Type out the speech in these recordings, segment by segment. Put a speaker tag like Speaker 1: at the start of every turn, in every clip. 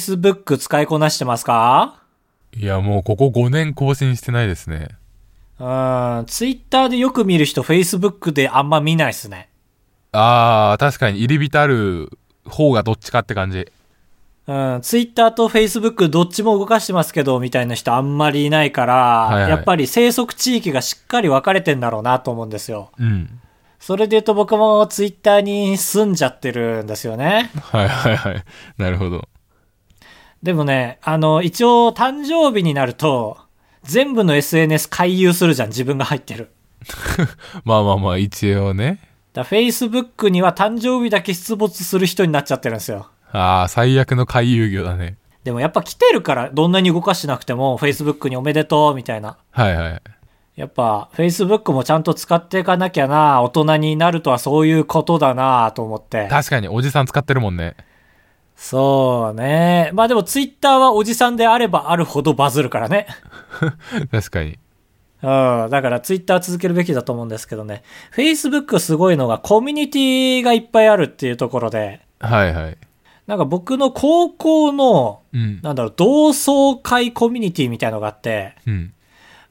Speaker 1: Facebook 使いこなしてますか
Speaker 2: いや、もうここ5年更新してないですね。
Speaker 1: うん、Twitter でよく見る人 Facebook であんま見ないっすね。
Speaker 2: あー、確かに入り浸る方がどっちかって感じ。
Speaker 1: うん、Twitter と Facebook どっちも動かしてますけど、みたいな人あんまりいないから、
Speaker 2: いはい
Speaker 1: やっぱり生息地域がしっかり分かれてんだろうなと思うんですよ。
Speaker 2: うん。
Speaker 1: それで言うと僕も Twitter に住んじゃってるんですよね。
Speaker 2: はいはいはい。なるほど。
Speaker 1: でもね、あの、一応誕生日になると、全部の SNS 回遊するじゃん、自分が入ってる。
Speaker 2: まあまあまあ、一応ね。
Speaker 1: だ Facebook には誕生日だけ出没する人になっちゃってるんですよ。
Speaker 2: あー、最悪の回遊魚だね。
Speaker 1: でもやっぱ来てるから、どんなに動かしてなくても、Facebook におめでとう、みたいな。
Speaker 2: はいはい。
Speaker 1: やっぱ、Facebook もちゃんと使っていかなきゃな、大人になるとはそういうことだな、と思って。
Speaker 2: 確かにおじさん使ってるもんね。
Speaker 1: そうね。まあでも Twitter はおじさんであればあるほどバズるからね。
Speaker 2: 確かに。
Speaker 1: うん。だから Twitter 続けるべきだと思うんですけどね。Facebook すごいのが、コミュニティがいっぱいあるっていうところで、
Speaker 2: はいはい。
Speaker 1: なんか僕の高校の、
Speaker 2: うん。
Speaker 1: なんだろう、同窓会コミュニティみたいのがあって、
Speaker 2: うん。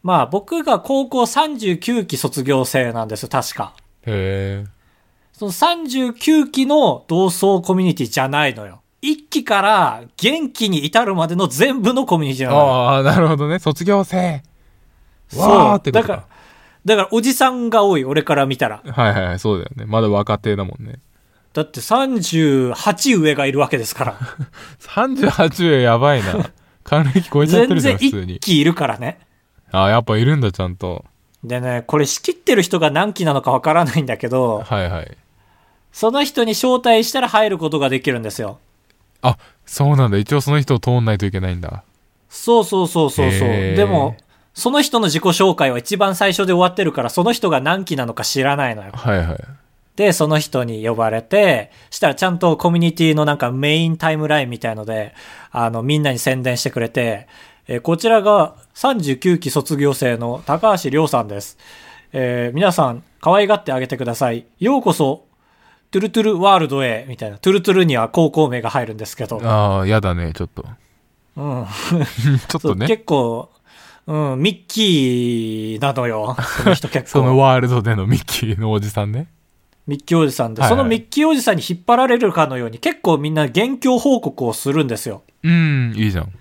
Speaker 1: まあ僕が高校39期卒業生なんですよ、確か。
Speaker 2: へえ。
Speaker 1: その39期の同窓コミュニティじゃないのよ。1期から元気に至るまでの全部のコミュニティなのよ。
Speaker 2: ああ、なるほどね。卒業生。わー
Speaker 1: そ
Speaker 2: っ
Speaker 1: う。
Speaker 2: てこ
Speaker 1: だ
Speaker 2: と
Speaker 1: から、だからおじさんが多い、俺から見たら。
Speaker 2: はいはいはい、そうだよね。まだ若手だもんね。
Speaker 1: だって38上がいるわけですから。
Speaker 2: 38円やばいな。 還暦超えちゃって
Speaker 1: 全
Speaker 2: るじゃ
Speaker 1: 然
Speaker 2: ん、普通
Speaker 1: 1
Speaker 2: に。
Speaker 1: 期いるからね。
Speaker 2: あーやっぱいるんだ、ちゃんと。
Speaker 1: でね、これ仕切ってる人が何期なのかわからないんだけど、
Speaker 2: はいはい。
Speaker 1: その人に招待したら入ることができるんですよ。
Speaker 2: あ、そうなんだ。一応その人を通んないといけないんだ。
Speaker 1: そうそうそうそうそう。
Speaker 2: へー
Speaker 1: でも、その人の自己紹介は一番最初で終わってるから、その人が何期なのか知らないのよ。
Speaker 2: はいはい。
Speaker 1: で、その人に呼ばれて、したらちゃんとコミュニティのなんかメインタイムラインみたいので、あの、みんなに宣伝してくれて、えーこちらが39期卒業生の高橋亮さんです。えー皆さん、可愛がってあげてください。ようこそ、トゥルトゥルワールドへ、みたいな。トゥルトゥルには高校名が入るんですけど。
Speaker 2: ああ、やだね、ちょっと。
Speaker 1: うん。
Speaker 2: ちょっ
Speaker 1: そ
Speaker 2: と
Speaker 1: う
Speaker 2: ね。
Speaker 1: 結構、うん、ミッキーなの よ。その人結
Speaker 2: その
Speaker 1: 構。
Speaker 2: ワールドでのミッキーのおじさんね。
Speaker 1: ミッキーおじさんで、
Speaker 2: はいはい
Speaker 1: そのミッキーおじさんに引っ張られるかのように、結構みんな現況報告をするんですよ。
Speaker 2: うん、いいじゃん。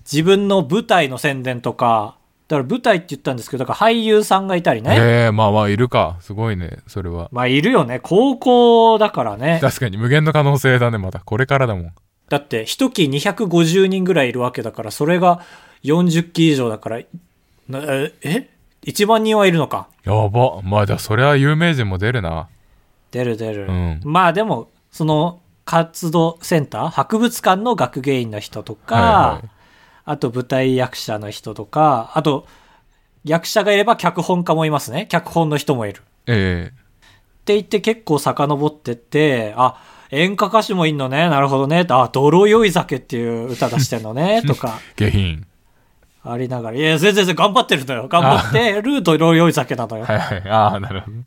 Speaker 1: 自分の舞台の宣伝とか、だから舞台って言ったんですけど、だから俳優さんがいたりね。
Speaker 2: ええまあまあ、いるか。すごいね、それは。
Speaker 1: まあいるよね。高校だからね。
Speaker 2: 確かに無限の可能性だね、また。これからだもん。
Speaker 1: だって、一期250人ぐらいいるわけだから、それが40期以上だから、なええ ?1 万人はいるのか。
Speaker 2: やば。まあ、じゃあ、それは有名人も出るな。
Speaker 1: 出る出る、
Speaker 2: うん
Speaker 1: まあでもその活動センター博物館の学芸員の人とか、
Speaker 2: はいはい
Speaker 1: あと舞台役者の人とかあと役者がいれば脚本家もいますね脚本の人もいるっ
Speaker 2: ええ
Speaker 1: て言って結構遡ってってあ演歌歌手もいんのねなるほどねあ泥酔い酒っていう歌出してんの ねとか
Speaker 2: 下品。
Speaker 1: ありながらいや全然全然頑張ってるのよ頑張ってる泥酔い酒なのよ
Speaker 2: はいはい。ああ、なるほど。
Speaker 1: っ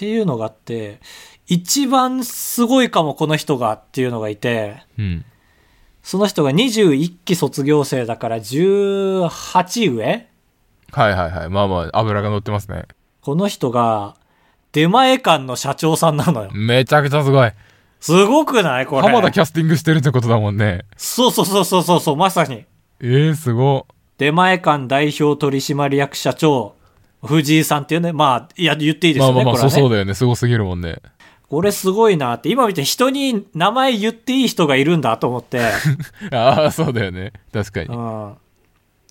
Speaker 1: ていうのがあって、一番すごいかもこの人がっていうのがいて、
Speaker 2: うん。
Speaker 1: その人が21期卒業生だから18上
Speaker 2: はいはいはい。まあまあ、油が乗ってますね。
Speaker 1: この人が出前館の社長さんなのよ。
Speaker 2: めちゃくちゃすごい。
Speaker 1: すごくないこれ。
Speaker 2: 浜田キャスティングしてるってことだもんね。
Speaker 1: そうそうそうそうそうそう、まさに。
Speaker 2: ええすご。
Speaker 1: 出前館代表取締役社長、藤井さんっていうね。まあ、いや、言っていいです
Speaker 2: ま
Speaker 1: よ
Speaker 2: あ
Speaker 1: ね。
Speaker 2: まあまあ、
Speaker 1: これ
Speaker 2: そ
Speaker 1: はね、
Speaker 2: うそうだよね。すごすぎるもんね。
Speaker 1: これすごいなって。今見て人に名前言っていい人がいるんだと思って。
Speaker 2: ああ、そうだよね。確か
Speaker 1: う
Speaker 2: に。
Speaker 1: ん。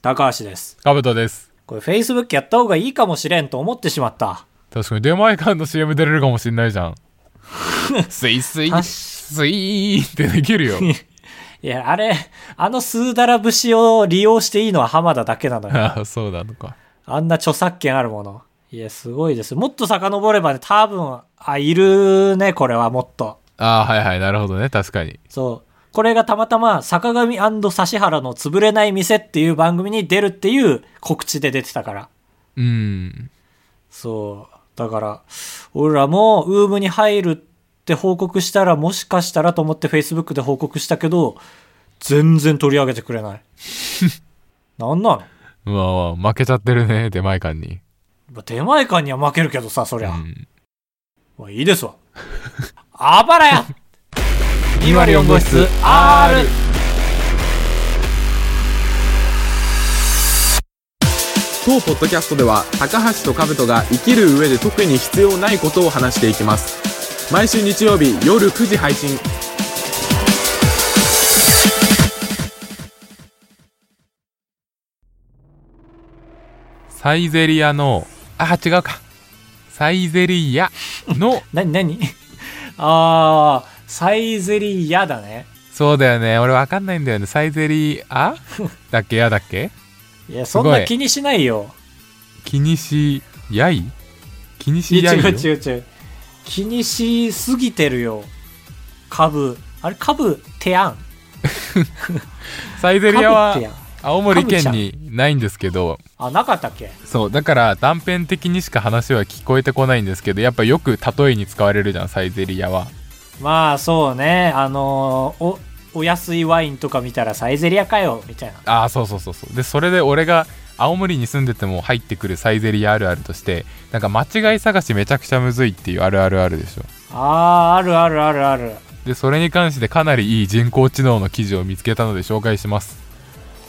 Speaker 1: 高橋です。
Speaker 2: かぶとです。
Speaker 1: これ Facebook やった方がいいかもしれんと思ってしまった。
Speaker 2: 確かに、出前館の CM 出れるかもしんない じゃん。スイスイ、
Speaker 1: 確
Speaker 2: スイーってでき るよ。
Speaker 1: いや、あれ、あのスーダラ節を利用していいのは浜田だけなのよ。
Speaker 2: ああ、そうなのか。
Speaker 1: あんな著作権あるもの。いや、すごいです。もっと遡ればね、多分、あ、いるね、これはもっと。
Speaker 2: ああ、はいはい、なるほどね。確かに。
Speaker 1: そう。これがたまたま、坂上指原の潰れない店っていう番組に出るっていう告知で出てたから。
Speaker 2: うん。
Speaker 1: そう。だから、俺らも、ウームに入るって報告したら、もしかしたらと思って Facebook で報告したけど、全然取り上げてくれ ない。なんなの
Speaker 2: うわうわ、負けちゃってるね、出前館に。
Speaker 1: まあ出前館には負けるけどさ、そりゃ。
Speaker 2: うん
Speaker 1: まあいいですわ。あばら や
Speaker 2: 204号室 R
Speaker 3: 当ポッドキャストでは高橋と兜が生きる上で特に必要ないことを話していきます毎週日曜日夜9時配信
Speaker 2: サイゼリアの、あ、違うか。サイゼリアの、
Speaker 1: なになに あー、サイゼリヤだね。
Speaker 2: そうだよね。 俺わかんないんだよね。サイゼリアだっけやだっけ
Speaker 1: いや、
Speaker 2: す
Speaker 1: そ
Speaker 2: ごい
Speaker 1: んな気にしないよ。
Speaker 2: 気にし、やい気にし
Speaker 1: い
Speaker 2: や
Speaker 1: や、
Speaker 2: い
Speaker 1: 違
Speaker 2: よ
Speaker 1: う違う違う。気にしすぎてるよ。株。あれ、株、てやん。
Speaker 2: サイゼ
Speaker 1: 株
Speaker 2: リアは
Speaker 1: てやん。
Speaker 2: 青森県にないんですけど、
Speaker 1: あ、なかったっけ
Speaker 2: そう、だから断片的にしか話は聞こえてこないんですけど、やっぱよく例えに使われるじゃん、サイゼリアは。
Speaker 1: まあ、そうね。あのーお、お安いワインとか見たらサイゼリアかよ、みたいな。
Speaker 2: ああそうそうそうそうでそれで俺が青森に住んでても入ってくるサイゼリヤあるあるとしてなんか間違い探しめちゃくちゃむずいっていうあるあるあるでしょ
Speaker 1: あー、あるあるあるある。
Speaker 2: でそれに関してかなりいい人工知能の記事を見つけたので紹介します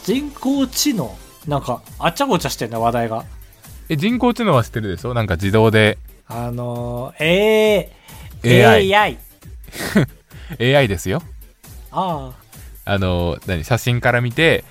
Speaker 1: 人工知能なんか、あちゃごちゃしてんな、話題が。
Speaker 2: え人工知能は知ってるでしょなんか自動で
Speaker 1: あのー、え
Speaker 2: AI
Speaker 1: ー、AI。
Speaker 2: AI ですよ
Speaker 1: ああ。
Speaker 2: あの何写真から見て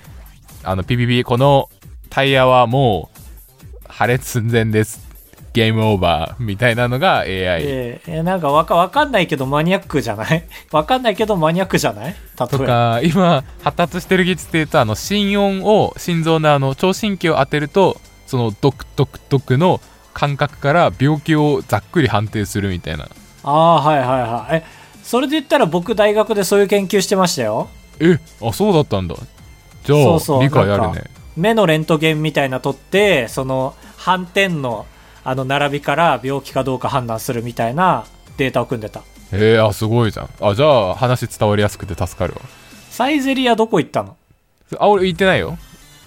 Speaker 2: あのピピピこのタイヤはもう破裂寸前ですゲームオーバーみたいなのが AI
Speaker 1: えーえーなんかわかわかんないけどマニアックじゃない わかんないけどマニアックじゃない例
Speaker 2: と
Speaker 1: えば。
Speaker 2: か今発達してる技術っていうとあの心音を心臓のあの聴診器を当てるとそのドクドクドクの感覚から病気をざっくり判定するみたいな
Speaker 1: ああー、はいはいはい。え、それで言ったら僕大学でそういう研究してましたよ。
Speaker 2: えあそうだったんだじゃあ
Speaker 1: そうそう
Speaker 2: 理解ある
Speaker 1: なん
Speaker 2: ね
Speaker 1: 目のレントゲンみたいな撮って、その斑点のあの並びから病気かどうか判断するみたいなデータを組んでた。
Speaker 2: えー、あすごいじゃんあじゃあ話伝わりやすくて助かるわ
Speaker 1: サイゼリアどこ行ったの
Speaker 2: あ俺言ってないよ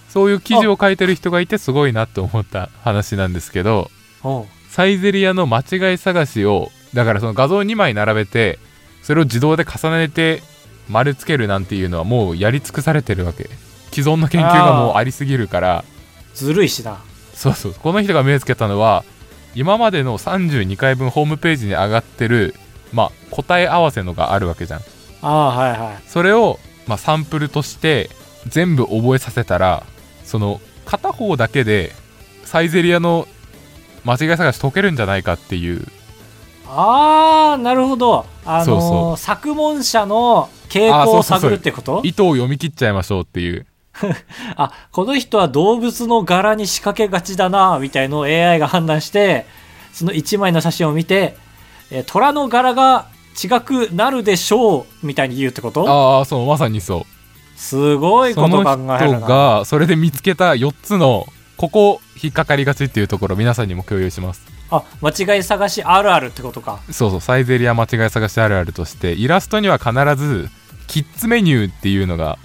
Speaker 2: そういう記事を書いてる人がいてすごいなと思った話なんですけど
Speaker 1: うん。
Speaker 2: サイゼリアの間違い探しをだからその画像2枚並べてそれを自動で重ねて丸つけるなんていうのはもうやり尽くされてるわけ既存の研究がもうありすぎるから
Speaker 1: ずるいしな。
Speaker 2: そうそうこの人が目つけたのは今までの32回分ホームページに上がってる、まあ、答え合わせのがあるわけじゃん
Speaker 1: ああー、はいはい。
Speaker 2: それを、まあ、サンプルとして全部覚えさせたらその片方だけでサイゼリアの間違い探し解けるんじゃないかっていう
Speaker 1: ああ、なるほど。あのー
Speaker 2: そうそう
Speaker 1: 作文者の傾向を
Speaker 2: あそうそうそ
Speaker 1: 探
Speaker 2: う
Speaker 1: るってこと
Speaker 2: 意図を読み切っちゃいましょうっていう
Speaker 1: あ、この人は動物の柄に仕掛けがちだな、みたいのを AI が判断して、その1枚の写真を見て、えー虎の柄が違くなるでしょう、みたいに言うってこと
Speaker 2: ああそうまさにそ
Speaker 1: すご
Speaker 2: う
Speaker 1: いこ
Speaker 2: その
Speaker 1: と考
Speaker 2: 人
Speaker 1: えるな。
Speaker 2: がそれで見つけた4つのここ引っかかりがちっていうところ皆さんにも共有します
Speaker 1: あ、間違い探しあるあるってことか。
Speaker 2: そうそうサイゼリア間違い探しあるあるとしてイラストには必ずキッズメニューっていうのが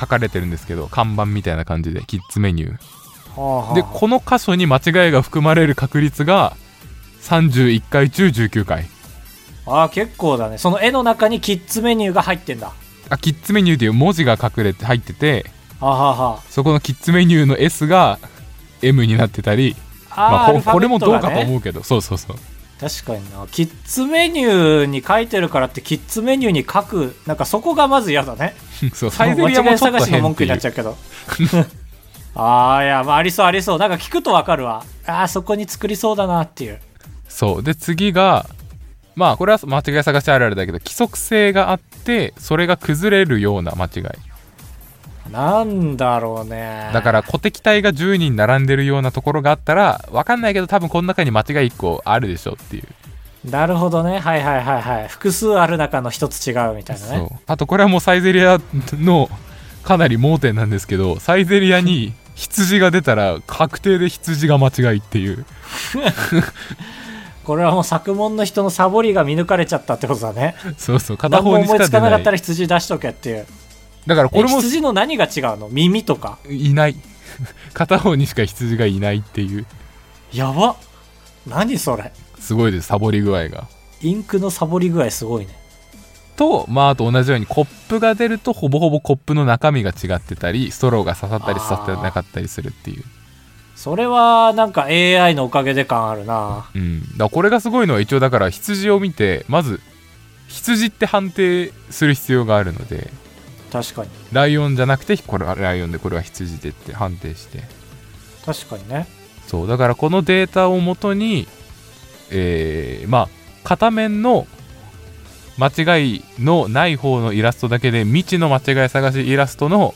Speaker 2: 書かれてるんですけど看板みたいな感じでキッズメニュー
Speaker 1: はあはあ
Speaker 2: でこの箇所に間違いが含まれる確率が31回中19回
Speaker 1: あー結構だね。その絵の中にキッズメニューが入ってんだ。
Speaker 2: あキッズメニューっていう文字が隠れて入ってて
Speaker 1: あはあは
Speaker 2: そこのキッズメニューの S が M になってたり
Speaker 1: あ。
Speaker 2: ま
Speaker 1: あー
Speaker 2: あ、
Speaker 1: アル
Speaker 2: こ
Speaker 1: ファ
Speaker 2: こ
Speaker 1: ベ
Speaker 2: れ
Speaker 1: ッ
Speaker 2: も
Speaker 1: ト
Speaker 2: ど
Speaker 1: が
Speaker 2: うかと
Speaker 1: ね
Speaker 2: 思うけどそうそうそう
Speaker 1: 確かになキッズメニューに書いてるからってキッズメニューに書くなんかそこがまず嫌だね
Speaker 2: そうサイゼリア
Speaker 1: 間違
Speaker 2: もちょっ
Speaker 1: い探
Speaker 2: と
Speaker 1: しの
Speaker 2: 変っ
Speaker 1: 文句
Speaker 2: て
Speaker 1: に
Speaker 2: い
Speaker 1: な
Speaker 2: う
Speaker 1: っちゃうけど ああいや、まあ、ありそうありそうなんか聞くとわかるわあーそこに作りそうだなっていう
Speaker 2: そうで次がまあこれは間違い探しあるあるだけど規則性があってそれが崩れるような間違い
Speaker 1: なんだろうね
Speaker 2: だから小敵体が10人並んでるようなところがあったらわかんないけど多分この中に間違い1個あるでしょっていう
Speaker 1: なるほどねはいはいはいはい複数ある中の一つ違うみたいな
Speaker 2: そう
Speaker 1: ね
Speaker 2: あとこれはもうサイゼリアのかなり盲点なんですけどサイゼリアに羊が出たら確定で羊が間違いっていう
Speaker 1: これはもう作文の人のサボりが見抜かれちゃったってことだね
Speaker 2: そうそう片
Speaker 1: 何も
Speaker 2: 方に
Speaker 1: 思
Speaker 2: し
Speaker 1: い
Speaker 2: か
Speaker 1: つ
Speaker 2: 出
Speaker 1: かな
Speaker 2: な
Speaker 1: かった
Speaker 2: い
Speaker 1: ら羊出しとけっていう
Speaker 2: だからこ
Speaker 1: え
Speaker 2: れも
Speaker 1: 羊の何が違うの耳とか
Speaker 2: いない 片方にしか羊がいないっていう
Speaker 1: やば何それ
Speaker 2: すごいですサボり具合が
Speaker 1: インクのサボり具合すごいね
Speaker 2: とまああと同じようにコップが出るとほぼほぼコップの中身が違ってたりストローが刺さったり刺さってなかったりするっていう
Speaker 1: それはなんか AI のおかげで感あるな
Speaker 2: うんだからこれがすごいのは一応だから羊を見てまず羊って判定する必要があるので
Speaker 1: 確かに
Speaker 2: ライオンじゃなくてこれはライオンでこれは羊でって判定して
Speaker 1: 確かにね
Speaker 2: そうだからこのデータをもとにえーまあ片面の間違いのない方のイラストだけで未知の間違い探しイラストの、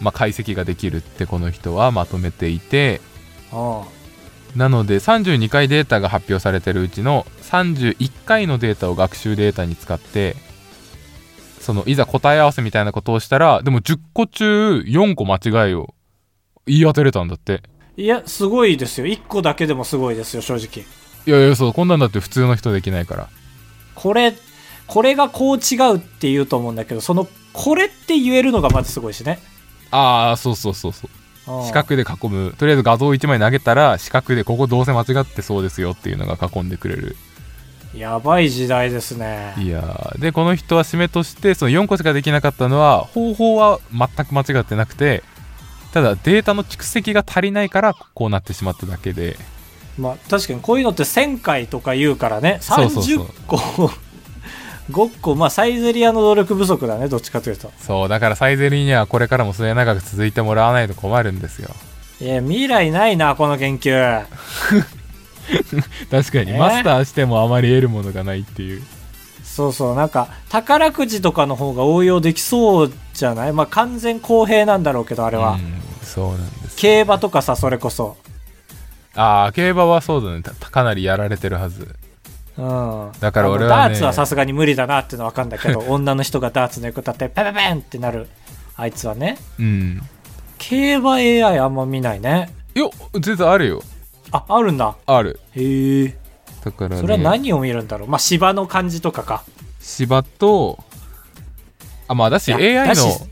Speaker 2: まあ、解析ができるってこの人はまとめていて
Speaker 1: うん
Speaker 2: なので32回データが発表されてるうちの31回のデータを学習データに使ってそのいざ答え合わせみたいなことをしたらでも10個中4個間違いを言い当てれたんだって
Speaker 1: いやすごいですよ1個だけでもすごいですよ正直
Speaker 2: いやいやそうこんなんだって普通の人できないから
Speaker 1: これこれがこう違うって言うと思うんだけどそのこれって言えるのがまずすごいしね
Speaker 2: ああそうそうそうそう
Speaker 1: うん
Speaker 2: 四角で囲むとりあえず画像1枚投げたら四角でここどうせ間違ってそうですよっていうのが囲んでくれる
Speaker 1: やばい時代ですね
Speaker 2: いやーでこの人は締めとしてその4個しかできなかったのは方法は全く間違ってなくてただデータの蓄積が足りないからこうなってしまっただけで
Speaker 1: まあ確かにこういうのって1000回とか言うからね
Speaker 2: そうそうそう
Speaker 1: 30個 5個まあサイゼリアの努力不足だねどっちかというと
Speaker 2: そうだからサイゼリーにはこれからも末永く続いてもらわないと困るんですよ
Speaker 1: いや未来ないなこの研究
Speaker 2: 確かに、
Speaker 1: ね
Speaker 2: マスターしてもあまり得るものがないっていう
Speaker 1: そうそうなんか宝くじとかの方が応用できそうじゃないまあ完全公平なんだろうけどあれは、
Speaker 2: うんそうなんです
Speaker 1: 競馬とかさそれこそ
Speaker 2: ああ競馬はそうだねたかなりやられてるはず
Speaker 1: うん
Speaker 2: だから俺
Speaker 1: あ
Speaker 2: は
Speaker 1: のダー
Speaker 2: ね
Speaker 1: ツはさすがに無理だなってのは分かんだけ ど女の人がダーツの横立ってペペペンってなるあいつはね
Speaker 2: うん
Speaker 1: 競馬 AI あんま見ないね
Speaker 2: よ全然あるよ
Speaker 1: ああるんだ
Speaker 2: ある
Speaker 1: へえ
Speaker 2: だから、ね、
Speaker 1: それは何を見るんだろうまあ芝の感じとかか
Speaker 2: 芝とあまあだし
Speaker 1: いや
Speaker 2: AI
Speaker 1: だし
Speaker 2: の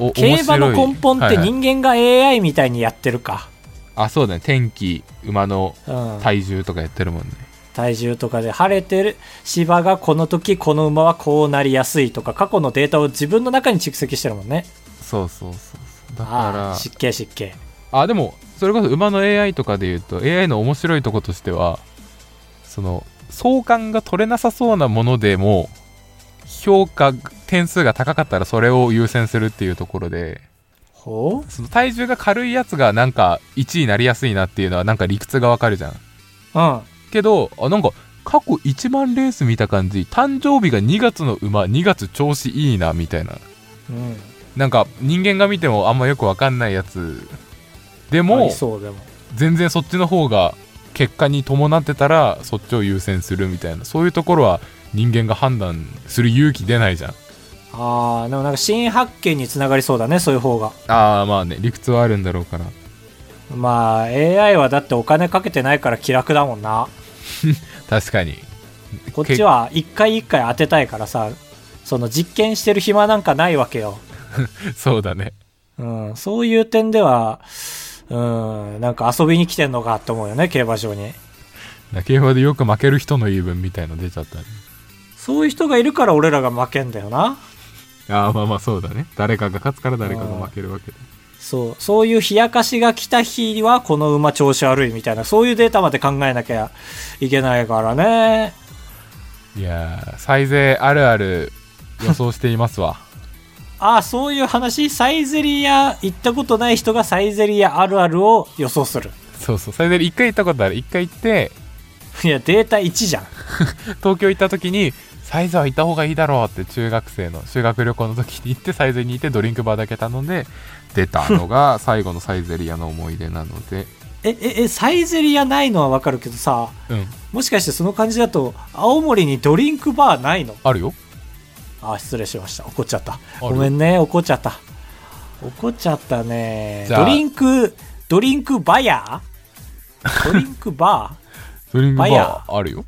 Speaker 2: お
Speaker 1: 競馬の
Speaker 2: 面白い
Speaker 1: 根本って
Speaker 2: はいはい
Speaker 1: 人間が AI みたいにやってるか、
Speaker 2: あそうだね天気馬の
Speaker 1: うん、
Speaker 2: 体重とかやってるもんね
Speaker 1: 体重とかで晴れてる芝がこの時この馬はこうなりやすいとか過去のデータを自分の中に蓄積してるもんね
Speaker 2: そうそうそうそうだ
Speaker 1: ああ
Speaker 2: か
Speaker 1: 湿気湿気
Speaker 2: らあでもそれこそ馬の AI とかで言うと AI の面白いとことしてはその相関が取れなさそうなものでも評価点数が高かったらそれを優先するっていうところで
Speaker 1: ほう
Speaker 2: その体重が軽いやつがなんか1位になりやすいなっていうのはなんか理屈がわかるじゃん
Speaker 1: うん
Speaker 2: けどあなんか過去1万レース見た感じ誕生日が2月の馬2月調子いいなみたいな
Speaker 1: うん
Speaker 2: なんか人間が見てもあんまよくわかんないやつで
Speaker 1: あ
Speaker 2: も
Speaker 1: りそうでも
Speaker 2: 全然そっちの方が結果に伴ってたらそっちを優先するみたいなそういうところは人間が判断する勇気出ないじゃん
Speaker 1: ああでもなんか新発見につながりそうだねそういう方が
Speaker 2: ああまあね理屈はあるんだろうから
Speaker 1: まあ AI はだってお金かけてないから気楽だもんな
Speaker 2: 確かに
Speaker 1: こっちは一回一回当てたいからさその実験してる暇なんかないわけよ、
Speaker 2: けそうだね
Speaker 1: うん、そういう点ではうんなんか遊びに来てんのかって思うよね競馬場に
Speaker 2: 競馬でよく負ける人の言い分みたいの出ちゃったね
Speaker 1: そういう人がいるから俺らが負けんだよな
Speaker 2: ああまあまあそうだね誰かが勝つから誰かが負けるわけで
Speaker 1: そうそういう冷やかしが来た日はこの馬調子悪いみたいなそういうデータまで考えなきゃいけないからね
Speaker 2: いやーサイゼあるある予想していますわ
Speaker 1: ああそういう話サイゼリア行ったことない人がサイゼリアあるあるを予想する
Speaker 2: そうそうサイゼ一回行ったことある一回行って
Speaker 1: いやデータ1じゃん
Speaker 2: 東京行った時にサイゼは行った方がいいだろうって中学生の修学旅行の時に行ってサイゼに行ってドリンクバーだけ頼んで出たのが最後のサイゼリアの思い出なので
Speaker 1: えええサイゼリアないのはわかるけどさ
Speaker 2: うん
Speaker 1: もしかしてその感じだと青森にドリンクバーないの
Speaker 2: あるよ
Speaker 1: あー失礼しました怒っちゃった
Speaker 2: る
Speaker 1: ごめんね怒っちゃった怒っちゃったね
Speaker 2: じゃあ
Speaker 1: ドリンクドリンクバヤードリンクバ ー
Speaker 2: ドリンク
Speaker 1: バイヤ
Speaker 2: バーあるよ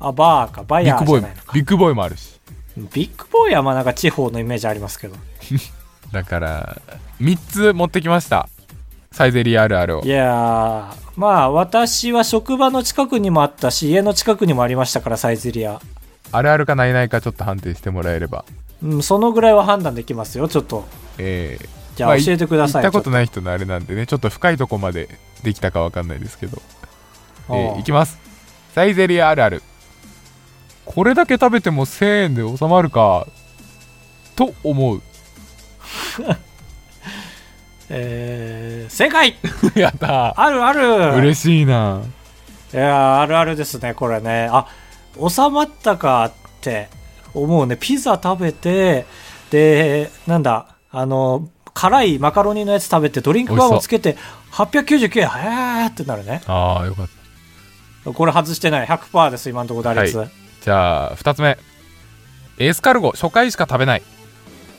Speaker 1: あバーかバ
Speaker 2: ビッ
Speaker 1: ヤ
Speaker 2: グ
Speaker 1: ーじ
Speaker 2: ボ
Speaker 1: ゃ
Speaker 2: ーイも
Speaker 1: ないのか
Speaker 2: ビッグボーイもあるし
Speaker 1: ビッグボーイはまあなんか地方のイメージありますけど。
Speaker 2: だから3つ持ってきましたサイゼリアあるあるを
Speaker 1: いやー、まあ私は職場の近くにもあったし、家の近くにもありましたから、サイゼリア。
Speaker 2: あるあるかないないかちょっと判定してもらえれば
Speaker 1: うん、そのぐらいは判断できますよ、ちょっと。
Speaker 2: ええ
Speaker 1: じゃあ
Speaker 2: まあい
Speaker 1: 教えてください
Speaker 2: 行ったことない人のあれなんでねちょっと深いとこまでできたかわかんないですけどえ
Speaker 1: おう
Speaker 2: ーいきますサイゼリアあるあるこれだけ食べても1000円で収まるかと思う
Speaker 1: えー、正解
Speaker 2: やった
Speaker 1: あるある
Speaker 2: ー嬉しいない
Speaker 1: やーあるあるですねこれねあ収まったかって思うねピザ食べてでなんだあの辛いマカロニのやつ食べてドリンクバーもつけて899円へーってなるね
Speaker 2: あーよかった
Speaker 1: これ外してない100%です今のところ打率、
Speaker 2: はじゃあ2つ目エスカルゴ初回しか食べない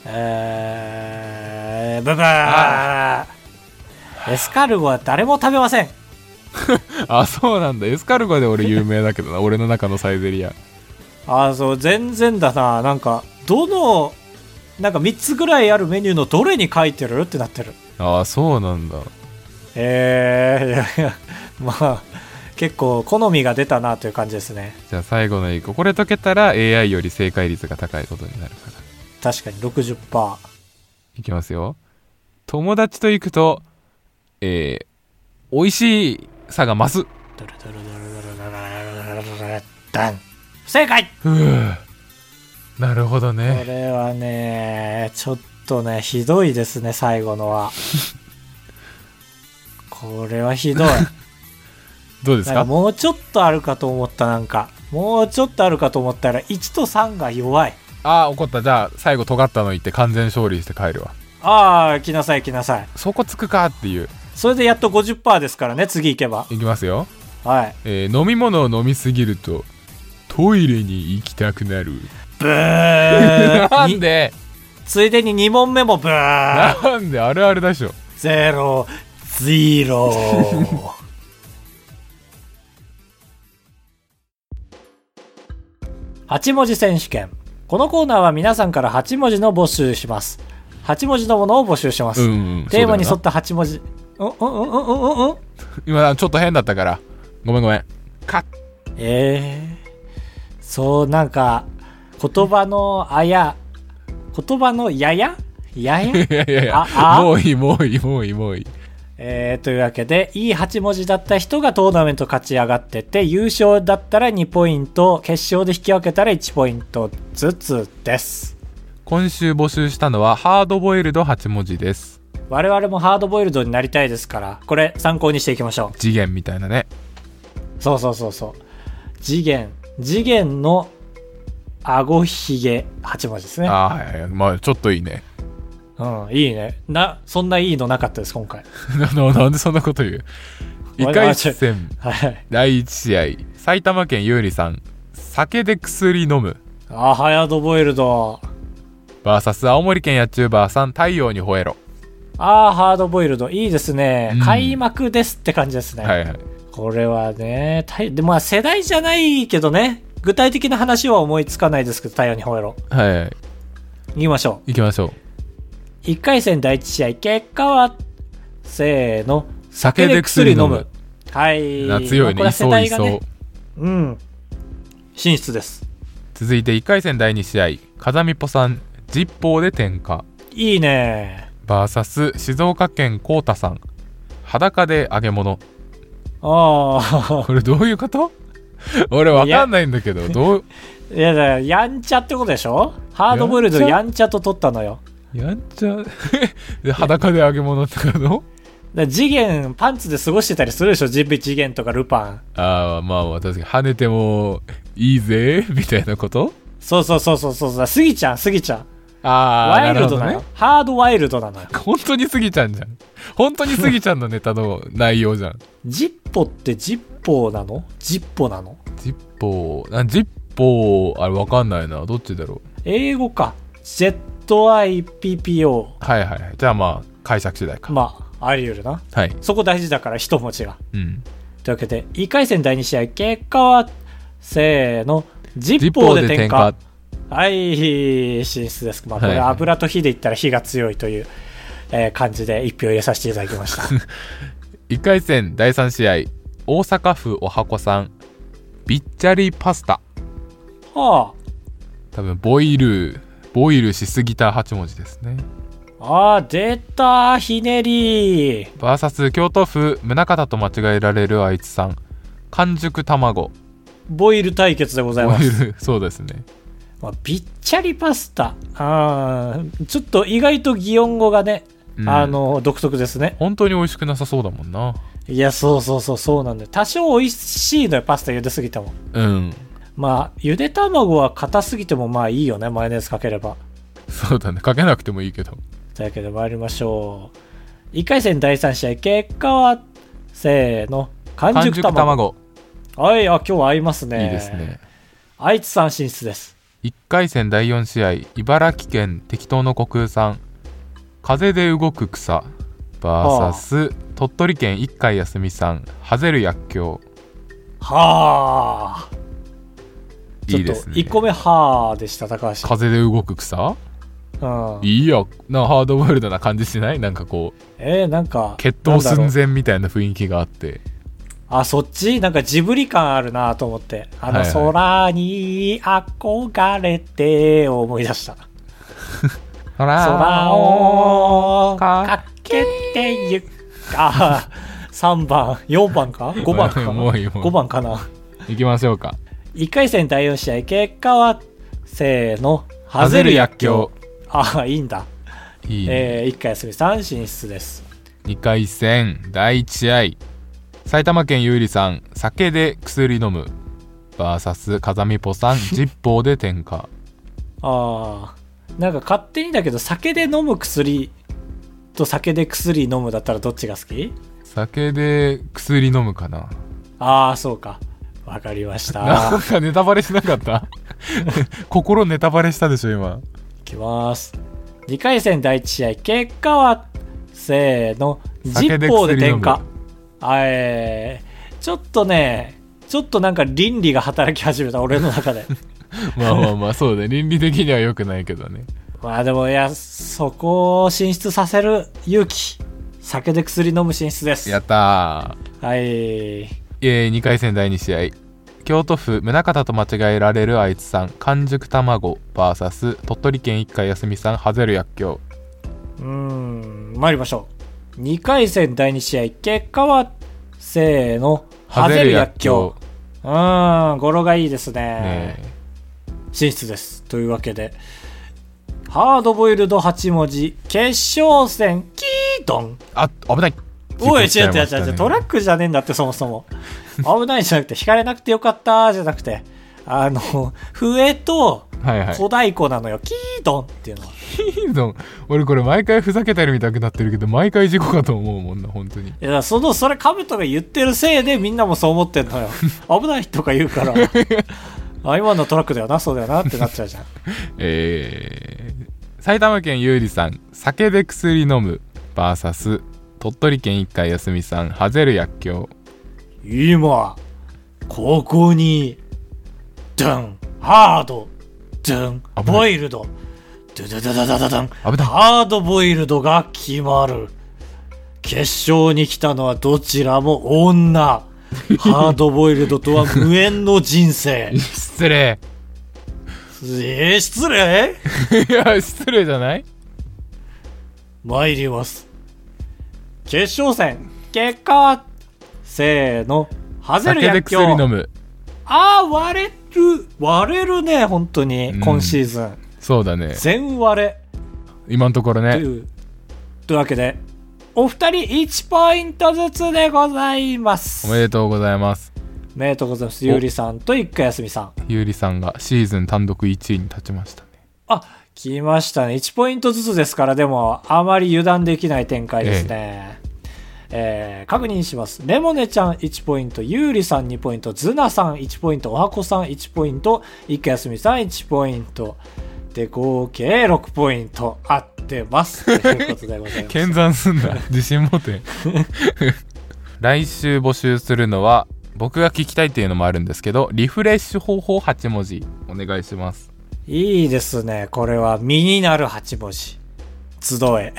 Speaker 1: えーブブーエスカルゴは誰も食べません
Speaker 2: あそうなんだエスカルゴで俺有名だ けどな俺の中のサイゼリア
Speaker 1: あーそう全然だななんかどのなんか3つぐらいあるメニューのどれに書いてるってなってる
Speaker 2: ああそうなんだ
Speaker 1: えー、いやいやまあ結構好みが出たなという感じですね
Speaker 2: じゃあ最後の1個これ解けたら AI より正解率が高いことになるから
Speaker 1: 確かに60%
Speaker 2: いきますよ。友達と行くと、えー、美味しいさが増す。
Speaker 1: ドルドルドルドルドルドルドルドルダン不正解
Speaker 2: ふぅ。なるほど
Speaker 1: こ
Speaker 2: ね。
Speaker 1: れはねちょっとねひどいですね最後のはこれはひどい
Speaker 2: どうです
Speaker 1: なんか
Speaker 2: か
Speaker 1: もうちょっとあるかと思ったなんかもうちょっとあるかと思ったら1と3が弱い
Speaker 2: ああ、怒った。じゃあ、最後尖ったの言って完全勝利して帰るわ。
Speaker 1: ああ来なさい来なさい
Speaker 2: そこつくかっていう。
Speaker 1: それでやっと50%ですからね次行けば
Speaker 2: いきますよ。
Speaker 1: はい
Speaker 2: えー飲み物を飲みすぎると、トイレに行きたくなる。
Speaker 1: ブー
Speaker 2: なんで
Speaker 1: ついでに2問目もブー
Speaker 2: なんであるあるでしょ。
Speaker 1: ゼロゼ ロ8文字選手権このコーナーは皆さんから8文字の募集します8文字のものを募集します、
Speaker 2: うんうん。
Speaker 1: テーマに
Speaker 2: そ
Speaker 1: 沿
Speaker 2: う
Speaker 1: った8文字うんうんうんうんうんうん
Speaker 2: だよな今、ちょっと変だったから。ごめんごめん。カッ。
Speaker 1: ええそうなんか言葉のあや言葉のやややや
Speaker 2: いやいやい
Speaker 1: あ
Speaker 2: や、
Speaker 1: あ
Speaker 2: もういい、もういい、もういい、もういい。
Speaker 1: えーというわけで、いい8文字だった人がトーナメント勝ち上がってて、優勝だったら2ポイント、決勝で引き分けたら1ポイントずつです。
Speaker 2: 今週募集したのはハードボイルド8文字です
Speaker 1: 我々もハードボイルドになりたいですから、これ参考にしていきましょ
Speaker 2: 次元みたいなね
Speaker 1: う。そうそうそうそう。次元、次元の顎ひげ8文字ですね。
Speaker 2: ああはいはいまあちょっといいね
Speaker 1: うん、いいね。な、そんないいのなかったです、今回。
Speaker 2: ななんでそんなこと言う
Speaker 1: ごめん
Speaker 2: 1回戦
Speaker 1: はい。
Speaker 2: 第1試合埼玉県優里さん酒で薬飲む
Speaker 1: あ、ハードボイルド。
Speaker 2: VS 青森県やチューバーさん太陽に吠えろ
Speaker 1: あー、ハードボイルド。いいですね
Speaker 2: うん。
Speaker 1: 開幕ですって感じですね。
Speaker 2: はいはい
Speaker 1: これはね、太でまあ世代じゃないけどね、具体的な話は思いつかないですけど、太陽に吠えろ。
Speaker 2: はいはい
Speaker 1: 行きましょ
Speaker 2: 行きましょう
Speaker 1: う。1回戦第1試合、結果は、せーの、
Speaker 2: 酒で薬飲む
Speaker 1: はい。
Speaker 2: 夏よい
Speaker 1: ま
Speaker 2: ね
Speaker 1: あ
Speaker 2: いそういそう、。
Speaker 1: これは世代がうん。進出です。
Speaker 2: 続いて1回戦第2試合風見ぽさんジッポーで点火
Speaker 1: いいね。
Speaker 2: VS 静岡県こうたさん裸で揚げ物
Speaker 1: ああ、
Speaker 2: これどういうこと 俺わかんないんだけどどう
Speaker 1: いやだ、やんちゃってことでしょハードボイルド
Speaker 2: やんちゃ
Speaker 1: やんちゃと取ったのよ。
Speaker 2: やんちゃ で裸で揚げ物とかの
Speaker 1: だ次元、パンツで過ごしてたりするでしょジビ次元とかルパン。
Speaker 2: ああまあまあ確かに跳ねてもいいぜみたいなこと
Speaker 1: そうそうそうそうそうそう、スギちゃん、スギちゃん。
Speaker 2: ああ
Speaker 1: ワイルドなの
Speaker 2: なるほどね
Speaker 1: ハードワイルドなのよ。
Speaker 2: 本当にスギちゃんじゃん本当にスギちゃんのネタの内容じゃん
Speaker 1: ジッポってジッポーなのジッポなの
Speaker 2: ジッポーあジッポーあれわかんないなどっちだろう
Speaker 1: 英語か。ZIPPO。
Speaker 2: はいはいはいじゃあまあ解釈次第か、
Speaker 1: まあ、あり得るな。
Speaker 2: はい
Speaker 1: そこ大事だから、一文字が。
Speaker 2: うん
Speaker 1: というわけで、1回戦第2試合、結果は、せーの、ジ
Speaker 2: ジ
Speaker 1: ッ
Speaker 2: ッ
Speaker 1: ポ
Speaker 2: ポ
Speaker 1: ー
Speaker 2: ー
Speaker 1: で
Speaker 2: で
Speaker 1: 点
Speaker 2: 点
Speaker 1: 火
Speaker 2: 火。
Speaker 1: はい、進出です。まあ、これ
Speaker 2: はい
Speaker 1: 油と火で言ったら火が強いという、えー感じで一票入れさせていただきま した。
Speaker 2: 1回戦第3試合大阪府おはこさんびっちゃりパスタ
Speaker 1: は
Speaker 2: 多分ボイルボイルしすぎた8文字ですね
Speaker 1: あ、あー出た、ひねり。
Speaker 2: VS 京都府宗方と間違えられるあいつさん完熟卵
Speaker 1: ボイル対決でござい
Speaker 2: ボ
Speaker 1: ま
Speaker 2: イ
Speaker 1: す。
Speaker 2: ルそうですね
Speaker 1: まあ、びっちゃりパスタ。あーちょっと意外と擬音語がね、
Speaker 2: うん
Speaker 1: あの、独特ですね。
Speaker 2: 本当に美味しくなさそうだもんない
Speaker 1: や、そうそうそう、そうなんだよ。多少美味しいのよ、パスタ茹ですぎても。
Speaker 2: うん
Speaker 1: まあ、ゆで卵は硬すぎてもまあいいよね、マヨネーズかければ。
Speaker 2: そうだねかけなくてもいいけど
Speaker 1: というわけで参りましょう。1回戦第3試合、結果は、せーの、完
Speaker 2: 完
Speaker 1: 熟
Speaker 2: 熟
Speaker 1: 卵。
Speaker 2: 卵
Speaker 1: はい、あ、今日は合いますね。
Speaker 2: いいですね
Speaker 1: 愛知さん進出です。
Speaker 2: 1回戦第4試合茨城県適当の国産風で動く草 VS 鳥取県一海休みさんハゼる薬莢
Speaker 1: はあ。
Speaker 2: いいですね
Speaker 1: ちょっと、1個目、はあでした、高橋。
Speaker 2: 風で動く草
Speaker 1: うん、
Speaker 2: いいやなハードボイルドな感じしないなんかこう
Speaker 1: えー、なんか、
Speaker 2: 決
Speaker 1: な
Speaker 2: 闘寸
Speaker 1: んだろう
Speaker 2: 前みたいな雰囲気があって
Speaker 1: あ、そっちなんかジブリ感あるなと思って。あの、
Speaker 2: はいはい
Speaker 1: 空に憧れてを思い出した。空をかけてゆく。あ3番、4番 か ?5 番かな
Speaker 2: もういいもういい
Speaker 1: 5番かな
Speaker 2: 行きましょうか
Speaker 1: ?1 回戦第4試合、結果は、せーの、
Speaker 2: ハゼる薬莢。
Speaker 1: あ、いいんだ。
Speaker 2: いい、ね
Speaker 1: えー、1回休み3進出です。
Speaker 2: 2回戦第1試合埼玉県優里さん酒で薬飲む VS 風見ぽ さんジッポーで天下
Speaker 1: あーなんか勝手にだけど、酒で飲む薬と酒で薬飲むだったらどっちが好き
Speaker 2: 酒で薬飲むかな
Speaker 1: ああ、そうか。わかりまし
Speaker 2: な
Speaker 1: た
Speaker 2: ん。 かネタバレしなかった 心ネタバレしたでしょ今
Speaker 1: いきます。2回戦第1試合、結果は、せーの、ジ
Speaker 2: 酒で
Speaker 1: ッポーで
Speaker 2: 薬
Speaker 1: 点
Speaker 2: 飲む
Speaker 1: 火。あえーちょっとね、ちょっとなんか倫理が働き始めた、俺の中 で。
Speaker 2: まあまあまあそうだね倫理的には良くないけどね
Speaker 1: まあでも、いや、そこを進出させる勇気。酒で薬飲む進出です。
Speaker 2: やったー
Speaker 1: はい。
Speaker 2: えー、2回戦第2試合京都府宗像と間違えられるあいつさん完熟卵 VS 鳥取県一回休みさんハゼる薬莢
Speaker 1: うーん、参りましょう。2回戦第2試合、結果は、せーの、ハゼル薬莢。うーん、語呂がいいです
Speaker 2: ね
Speaker 1: ね。
Speaker 2: え
Speaker 1: 進出です。というわけで、ハードボイルド8文字、決勝戦、キードン。
Speaker 2: あ危ない
Speaker 1: おい、
Speaker 2: 事
Speaker 1: 違う
Speaker 2: 故
Speaker 1: 違う
Speaker 2: しちゃ
Speaker 1: 違う
Speaker 2: いました
Speaker 1: 違
Speaker 2: ね
Speaker 1: う、トラックじゃねえんだって、そもそ も。危ないじゃなくて、引かれなくてよかったじゃなくて、あの、笛と
Speaker 2: はいはい
Speaker 1: 小太鼓なのよ、キードンっていうのは。
Speaker 2: いいぞ俺これ毎回ふざけてるみたくなってるけど毎回事故かと思うもんな本当
Speaker 1: い
Speaker 2: に
Speaker 1: や、だからその、それ、カブトが言ってるせいで、みんなもそう思ってん のよ。危ないとか言うから。あ、今のトラックだよな、そうだよなってなっちゃうじゃん。
Speaker 2: えー、埼玉県ゆうりさん酒で薬飲む VS 鳥取県一回休みさんハゼる薬莢
Speaker 1: 今、ここに、ドン、ハード、ドン、
Speaker 2: 危ない
Speaker 1: ボイルド、ドゥドゥドゥドゥドゥドゥン
Speaker 2: 危ない
Speaker 1: ハードボイルドが決まる。決勝に来たのはどちらも 女。ハードボイルドとは無縁の人生。
Speaker 2: 失礼
Speaker 1: えー、失礼
Speaker 2: いや失礼じゃない
Speaker 1: 参ります決勝戦結果はせーのハゼル
Speaker 2: 酒で
Speaker 1: 薬
Speaker 2: 薬飲
Speaker 1: 莢
Speaker 2: む
Speaker 1: ああ割れる割れるね本当に、
Speaker 2: うん
Speaker 1: 今シーズン
Speaker 2: そうだね
Speaker 1: 全割れ
Speaker 2: 今のところ
Speaker 1: と
Speaker 2: ね
Speaker 1: いうというわけでお二人1ポイントずつでございます
Speaker 2: おめでとうございます
Speaker 1: おめでとうございますゆうりさんと一回休みさん
Speaker 2: ゆうりさんがシーズン単独1位に立ちましたね
Speaker 1: あ来ましたね1ポイントずつですからでもあまり油断できない展開ですね、えー確認しますレモネちゃん1ポイントゆうりさん2ポイントズナさん1ポイントおはこさん1ポイントいかやすみさん1ポイントで合計6ポイント合って ますということでございます
Speaker 2: 検算すんだ自信持て 来週募集するのは僕が聞きたいっていうのもあるんですけどリフレッシュ方法8文字お願いします
Speaker 1: いいですね。これは、身になる8文字。集え。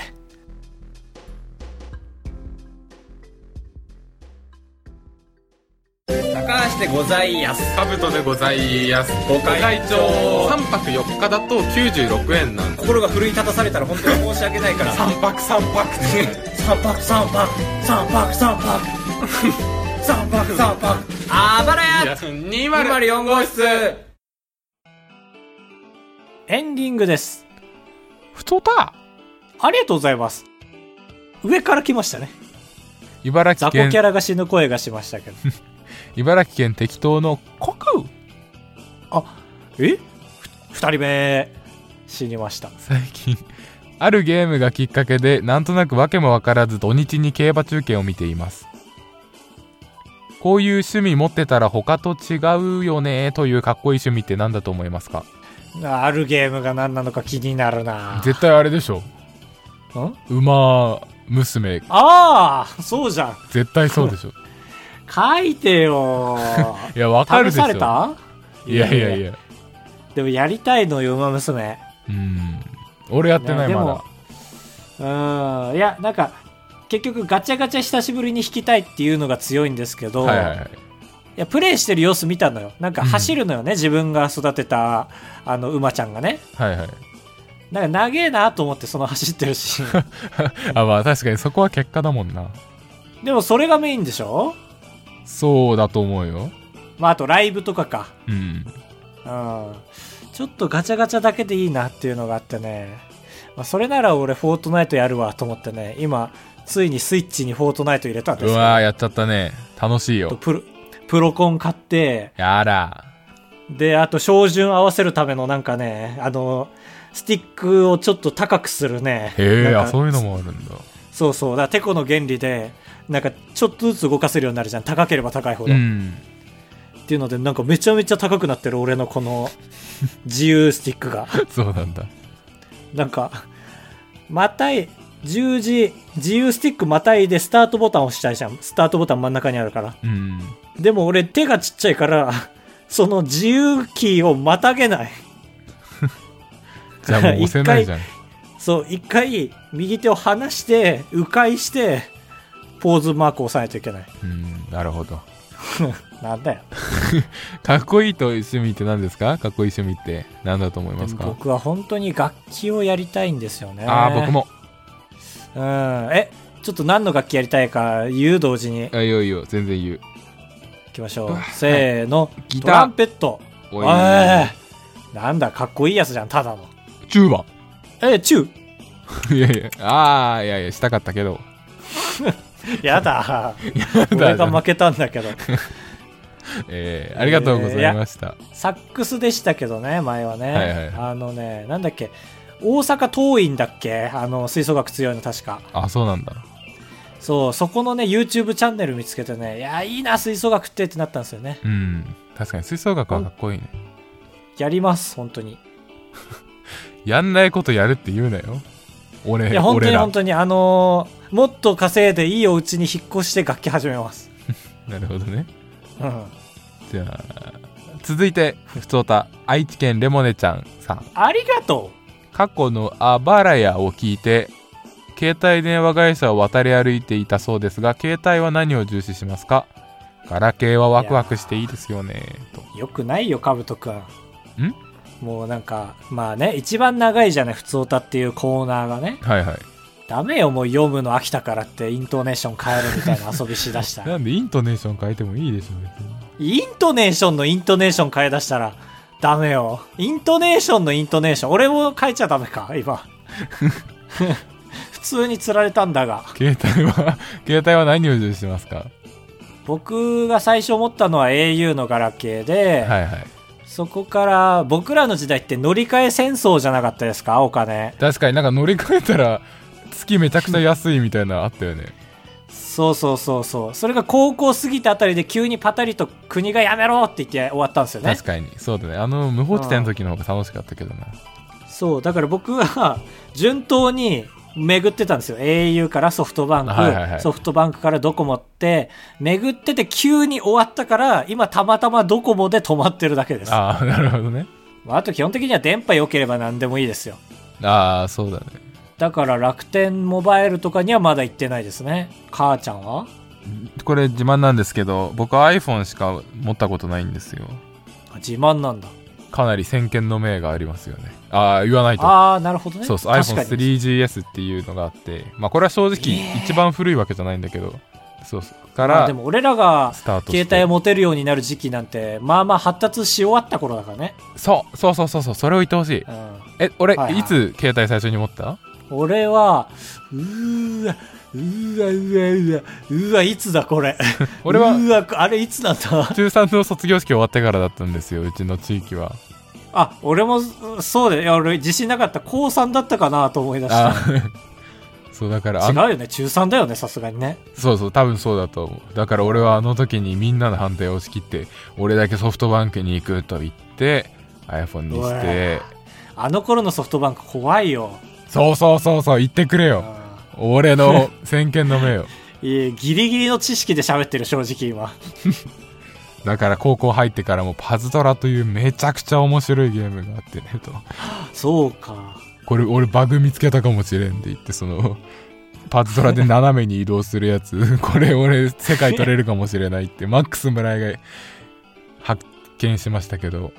Speaker 3: 高橋でございやす
Speaker 2: カブトでございますご
Speaker 3: 会長
Speaker 2: 3泊4日だと96円なんです
Speaker 3: 心が奮い立たされたら本当に申し訳ないから三泊三泊って
Speaker 4: 三泊三泊三泊三泊三泊三泊
Speaker 3: あばらや
Speaker 2: 204
Speaker 3: 204号室
Speaker 1: エンディングです。
Speaker 2: 太た
Speaker 1: ありがとうございます。上から来ましたね。
Speaker 2: 茨城
Speaker 1: 雑魚
Speaker 2: 県
Speaker 1: キャラが死ぬ声がしましたけど。
Speaker 2: 茨城県適当のコク
Speaker 1: えふ二人目、死にました。
Speaker 2: 最近あるゲームがきっかけでなんとなく訳も分からず土日に競馬中継を見ていますこういう趣味持ってたら他と違うよねというかっこいい趣味って何だと思いますか
Speaker 1: あるゲームが何なのか気になるな。
Speaker 2: 絶対あれでしょ
Speaker 1: ん
Speaker 2: 馬娘
Speaker 1: ああそうじゃん
Speaker 2: 絶対そうでしょ
Speaker 1: 書いてよ
Speaker 2: いや分かる
Speaker 1: 試
Speaker 2: でしょ
Speaker 1: された
Speaker 2: いやいやいや
Speaker 1: でもやりたいのよ馬娘
Speaker 2: うん俺やってな
Speaker 1: ね
Speaker 2: い
Speaker 1: で
Speaker 2: ま
Speaker 1: も
Speaker 2: だ
Speaker 1: うーんいやなんか結局ガチャガチャ久しぶりに引きたいっていうのが強いんですけど、
Speaker 2: はいはいはい
Speaker 1: いやプレイしてる様子見たのよなんか
Speaker 2: うん
Speaker 1: 走るのよね、自分が育てたあの馬ちゃんがね
Speaker 2: はいはい
Speaker 1: なんか長えなと思ってその走ってるし
Speaker 2: あまあ確かにそこは結果だもんな
Speaker 1: でもそれがメインでしょ、
Speaker 2: そうだと思うよ
Speaker 1: まあ、あとライブとかか
Speaker 2: うん
Speaker 1: うんちょっとガチャガチャだけでいいなっていうのがあってね、まあ、それなら俺フォートナイトやるわと思ってね今ついにスイッチにフォートナイト入れたんです
Speaker 2: う
Speaker 1: よ
Speaker 2: わーやっちゃったね楽しい
Speaker 1: あと
Speaker 2: よ
Speaker 1: プロプロコン買って
Speaker 2: やら
Speaker 1: であと照準合わせるためのなんかねあのスティックをちょっと高くするね
Speaker 2: へ
Speaker 1: な
Speaker 2: え
Speaker 1: ん
Speaker 2: あ
Speaker 1: か
Speaker 2: そういうのもあるんだ
Speaker 1: そうそうだからテコの原理でなんかちょっとずつ動かせるようになるじゃん高ければ高いほど、
Speaker 2: うん
Speaker 1: っていうのでなんかめちゃめちゃ高くなってる俺のこ の自由スティックが
Speaker 2: そうなんだ
Speaker 1: なんか、またい、十字、自由スティックまたいでスタートボタンを押したいじゃん。スタートボタン真ん中にあるから。
Speaker 2: うん
Speaker 1: でも俺手がちっちゃいから、その自由キーをまたげない。
Speaker 2: じゃあもう押せないじゃん
Speaker 1: そう、一回右手を離して、迂回して、ポーズマークを押さないといけない。
Speaker 2: うんなるほど
Speaker 1: なんだよ。
Speaker 2: かっこいいと趣味って何ですかかっこいい趣味って何だと思いますか
Speaker 1: 僕は本当に楽器をやりたいんですよね。
Speaker 2: ああ僕。も
Speaker 1: うん。え、ちょっと何の楽器やりたいか言う同時に行
Speaker 2: あいいよいいよ全然言う
Speaker 1: きましょ
Speaker 2: うわ
Speaker 1: う。せーの、
Speaker 2: ギタ
Speaker 1: ト
Speaker 2: ー
Speaker 1: ランペット。
Speaker 2: おい
Speaker 1: ええなんだかっこいいやつじゃんただの
Speaker 2: チューバ
Speaker 1: えチュー
Speaker 2: いやいやああいやいやしたかったけど
Speaker 1: や だ
Speaker 2: だ
Speaker 1: 俺が負けたんだけど
Speaker 2: えー、ありがとうございました、
Speaker 1: サックスでしたけどね前はね、
Speaker 2: はいはいはい
Speaker 1: あのねなんだっけ大阪桐蔭だっけあの吹奏楽強いの確か
Speaker 2: あそうなんだ
Speaker 1: そうそこのね YouTube チャンネル見つけてねいやいいな吹奏楽ってってなったんですよね
Speaker 2: うん確かに吹奏楽はかっこいいね
Speaker 1: やります本当に
Speaker 2: やんないことやるって言うなよ俺
Speaker 1: いや本当
Speaker 2: 俺
Speaker 1: に
Speaker 2: ら
Speaker 1: 本当にあのーもっと稼いでいいお家に引っ越して楽器始めます
Speaker 2: なるほどね
Speaker 1: うん
Speaker 2: じゃあ続いてふつおた愛知県レモネちゃんさん
Speaker 1: ありがと
Speaker 2: 過去のあばらやを聞いて携帯電話会社を渡り歩いていたそうですが携帯は何を重視しますかガラケーはワクワクしていいですよねと
Speaker 1: うよくないよかぶとくん
Speaker 2: ん
Speaker 1: もうなんか、まあね、一番長いじゃない、普通歌っていうコーナーがね。
Speaker 2: はいはい
Speaker 1: ダメよ、もう読むの飽きたからって、イントネーション変えるみたいな遊びしだした
Speaker 2: な
Speaker 1: ら。
Speaker 2: んでイントネーション変えてもいいでしょ別に
Speaker 1: イントネーションのイントネーション変え出したら、ダメよ。イントネーションのイントネーション、俺も変えちゃダメか、 今。普通に釣られたんだが。
Speaker 2: 携帯は 携帯は何を重視しますか
Speaker 1: 僕が最初思ったのは au のガラケーで、
Speaker 2: はいはい
Speaker 1: そこから、僕らの時代って乗り換え戦争じゃなかったですか、お金。
Speaker 2: 確かになんか乗り換えたら月めちゃくちゃ安いみたいなのあったよね
Speaker 1: そうそうそうそうそれが高校過ぎたあたりで急にパタリと国がやめろって言って終わったんですよね
Speaker 2: 確かにそうだねあの無法地帯の時の方が楽しかったけどな
Speaker 1: そうだから僕は順当に巡ってたんですよ au からソフトバンク、
Speaker 2: はいはいはい
Speaker 1: ソフトバンクからドコモって巡ってて急に終わったから今たまたまドコモで止まってるだけです
Speaker 2: ああなるほどね
Speaker 1: まあ、あと基本的には電波良ければ何でもいいですよ。
Speaker 2: ああそうだね
Speaker 1: だから楽天モバイルとかにはまだ行ってないですね。母ちゃんは
Speaker 2: これ自慢なんですけど僕は iPhone しか持ったことないんですよ
Speaker 1: あ自慢なんだ。
Speaker 2: かなり先見の明がありますよねああ言わないと
Speaker 1: ああ、なるほどね。
Speaker 2: そうそう
Speaker 1: 確かに。
Speaker 2: iPhone3GS っていうのがあってまあこれは
Speaker 1: え
Speaker 2: 正直
Speaker 1: ー
Speaker 2: 一番古いわけじゃないんだけど、そうそうか
Speaker 1: まあ
Speaker 2: ら
Speaker 1: でも俺らが
Speaker 2: スタートして
Speaker 1: 携帯持てるようになる時期なんて、まあまあ発達し終わった頃だからね。
Speaker 2: そうそうそうそうそうそれを言ってほしい
Speaker 1: うん。
Speaker 2: え俺、
Speaker 1: はい
Speaker 2: い
Speaker 1: はい
Speaker 2: つ携帯最初に持った
Speaker 1: 俺は、うーわ、うーわ、うーわ、うーわ、うーわ、いつだこ れ。
Speaker 2: 俺は
Speaker 1: うーわ、あれいつなんだ
Speaker 2: 中3の卒業式終わってからだったんですようちの地域は
Speaker 1: あ、俺もうそうだよ。いや俺自信なかった。高3だったかなと思い出した。
Speaker 2: あー そうだからあ
Speaker 1: 違
Speaker 2: ん
Speaker 1: うよね。中3だよね、さすがにね。
Speaker 2: そうそう多分そうだと思うだから俺はあの時にみんなの反対を押し切って俺だけソフトバンクに行くと言って iPhone に
Speaker 1: うわ
Speaker 2: して
Speaker 1: ーあの頃のソフトバンク怖いよ。
Speaker 2: そうそうそうそう言ってくれよ
Speaker 1: あ
Speaker 2: 俺の先見の目よ
Speaker 1: ーいえ、ギリギリの知識で喋ってる、正直今。
Speaker 2: だから高校入ってからもパズドラというめちゃくちゃ面白いゲームがあってねと
Speaker 1: そうか。
Speaker 2: これ俺バグ見つけたかもしれんって言ってそのパズドラで斜めに移動するやつこれ俺世界取れるかもしれないってマックス村井が発見しましたけど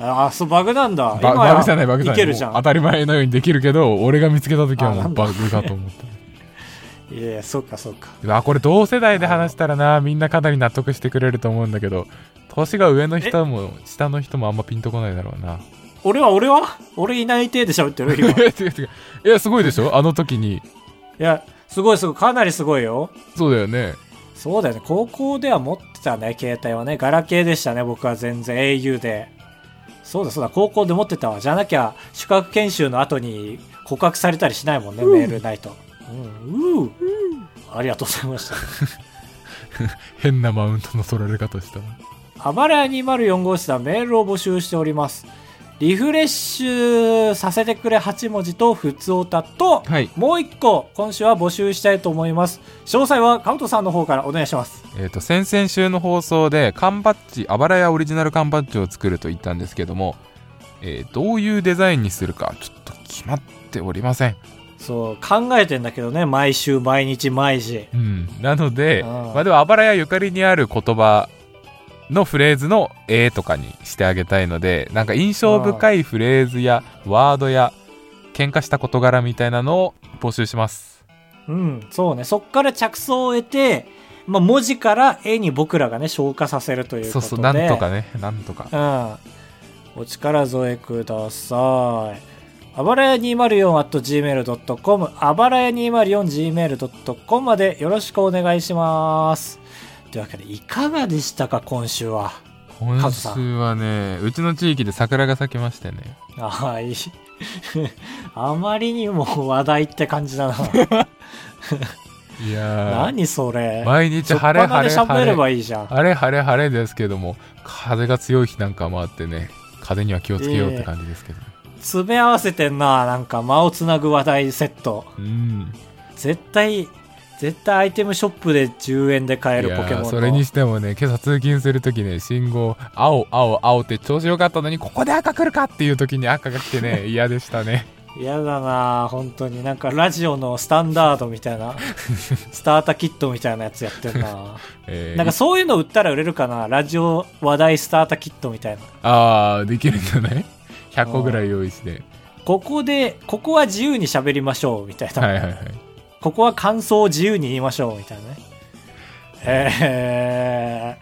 Speaker 1: ああ、そう、バグなんだ。
Speaker 2: バ
Speaker 1: 今
Speaker 2: バグじゃないバグじゃない
Speaker 1: けるじゃ
Speaker 2: もうん当。たり前のようにできるけど俺が見つけた時は
Speaker 1: あ
Speaker 2: も
Speaker 1: な
Speaker 2: うん
Speaker 1: だ
Speaker 2: バグかと思った
Speaker 1: いやいや、そうか、そうか。
Speaker 2: うわこれ同世代で話したらなみんなかなり納得してくれると思うんだけど年が上の人も下の人もあんまピンとこないだろうな
Speaker 1: 俺は、俺は俺いない体で喋ってる
Speaker 2: いや
Speaker 1: 今。い
Speaker 2: 違う違ういやすごいでしょあの時に
Speaker 1: や、すごいすごい。かなりすごいよ。
Speaker 2: そうだよね
Speaker 1: そうだよね。高校では持ってたね、携帯はね。ガラケーでしたね、僕は全然。au で。そうだそうだ、高校で持ってたわ。じゃなきゃ、宿泊研修の後に告白されたりしないもんね、メールないと。うん、うーありがとうございました。
Speaker 2: 変なマウントの取られ方した
Speaker 1: アマレア204号室ではメールを募集しております。リフレッシュさせてくれ8文字と、普通歌と、
Speaker 2: はい
Speaker 1: もう一個、今週は募集したいと思います。詳細はカウトさんの方からお願いします。
Speaker 2: えー、と先々週の放送で缶バッジあばらやオリジナル缶バッジを作ると言ったんですけども、えーどういうデザインにするかちょっと決まっておりません、
Speaker 1: そう、考えてんだけどね、毎週、毎日、毎時。
Speaker 2: うん、なので
Speaker 1: あー
Speaker 2: まあ、でもあばらやゆかりにある言葉のフレーズの「え」とかにしてあげたいのでなんか印象深いフレーズやワードや喧嘩した事柄みたいなのを募集します
Speaker 1: うん、そうね。そっから着想を得て、まあ、文字から絵に僕らがね、消化させるということで。
Speaker 2: そうそうなんとかねなんとか
Speaker 1: うん。お力添えください。あばらや 204.gmail.com、あばらや 204.gmail.com までよろしくお願いします。というわけで、いかがでしたか、今週は。カ
Speaker 2: 今
Speaker 1: ズさん
Speaker 2: 週はねうちの地域で桜が咲きましてね
Speaker 1: あ あ、いい。あまりにも話題って感じだな。
Speaker 2: いやー
Speaker 1: 何それ。
Speaker 2: 毎日
Speaker 1: 初っ
Speaker 2: 晴れ
Speaker 1: 端で
Speaker 2: 晴れ晴
Speaker 1: 喋
Speaker 2: れ
Speaker 1: ればいいじゃん。
Speaker 2: 晴れ晴れ晴れですけども風が強い日なんかもあってね風には気をつけようって感じですけど、ね
Speaker 1: 詰め合わせてんな、なんか間をつなぐ話題セット。
Speaker 2: うん
Speaker 1: 絶対、絶対アイテムショップで10円で買え
Speaker 2: い
Speaker 1: る
Speaker 2: や
Speaker 1: ポケモン
Speaker 2: ー
Speaker 1: の。
Speaker 2: それにしてもね今朝通勤する時ね信号青青青って調子よかったのにここで赤来るかっていう時に赤が来て ね嫌でしたね
Speaker 1: 嫌だなあ本当になんかラジオのスタンダードみたい なスターターキットみたいなやつやってんな
Speaker 2: えー
Speaker 1: なんかそういうの売ったら売れるかなラジオ話題スターターキットみたいな
Speaker 2: ああできるんじ ゃない100個ぐらい用意して
Speaker 1: ここでここは自由に喋りましょうみたいな、
Speaker 2: はいはいはい
Speaker 1: ここは感想を自由に言いましょうみたいなねえ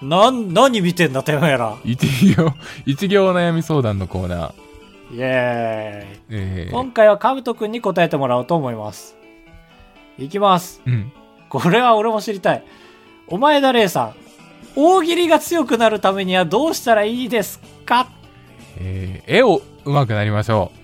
Speaker 1: ー、なん何見てんだてめえら
Speaker 2: 一行 一行お悩み相談のコーナー、
Speaker 1: イエーイ
Speaker 2: えー
Speaker 1: 今回はカブト君に答えてもらおうと思いますいきます
Speaker 2: うん
Speaker 1: これは俺も知りたい。お前だれさん、大喜利が強くなるためにはどうしたらいいですか
Speaker 2: えー絵をうまくなりましょう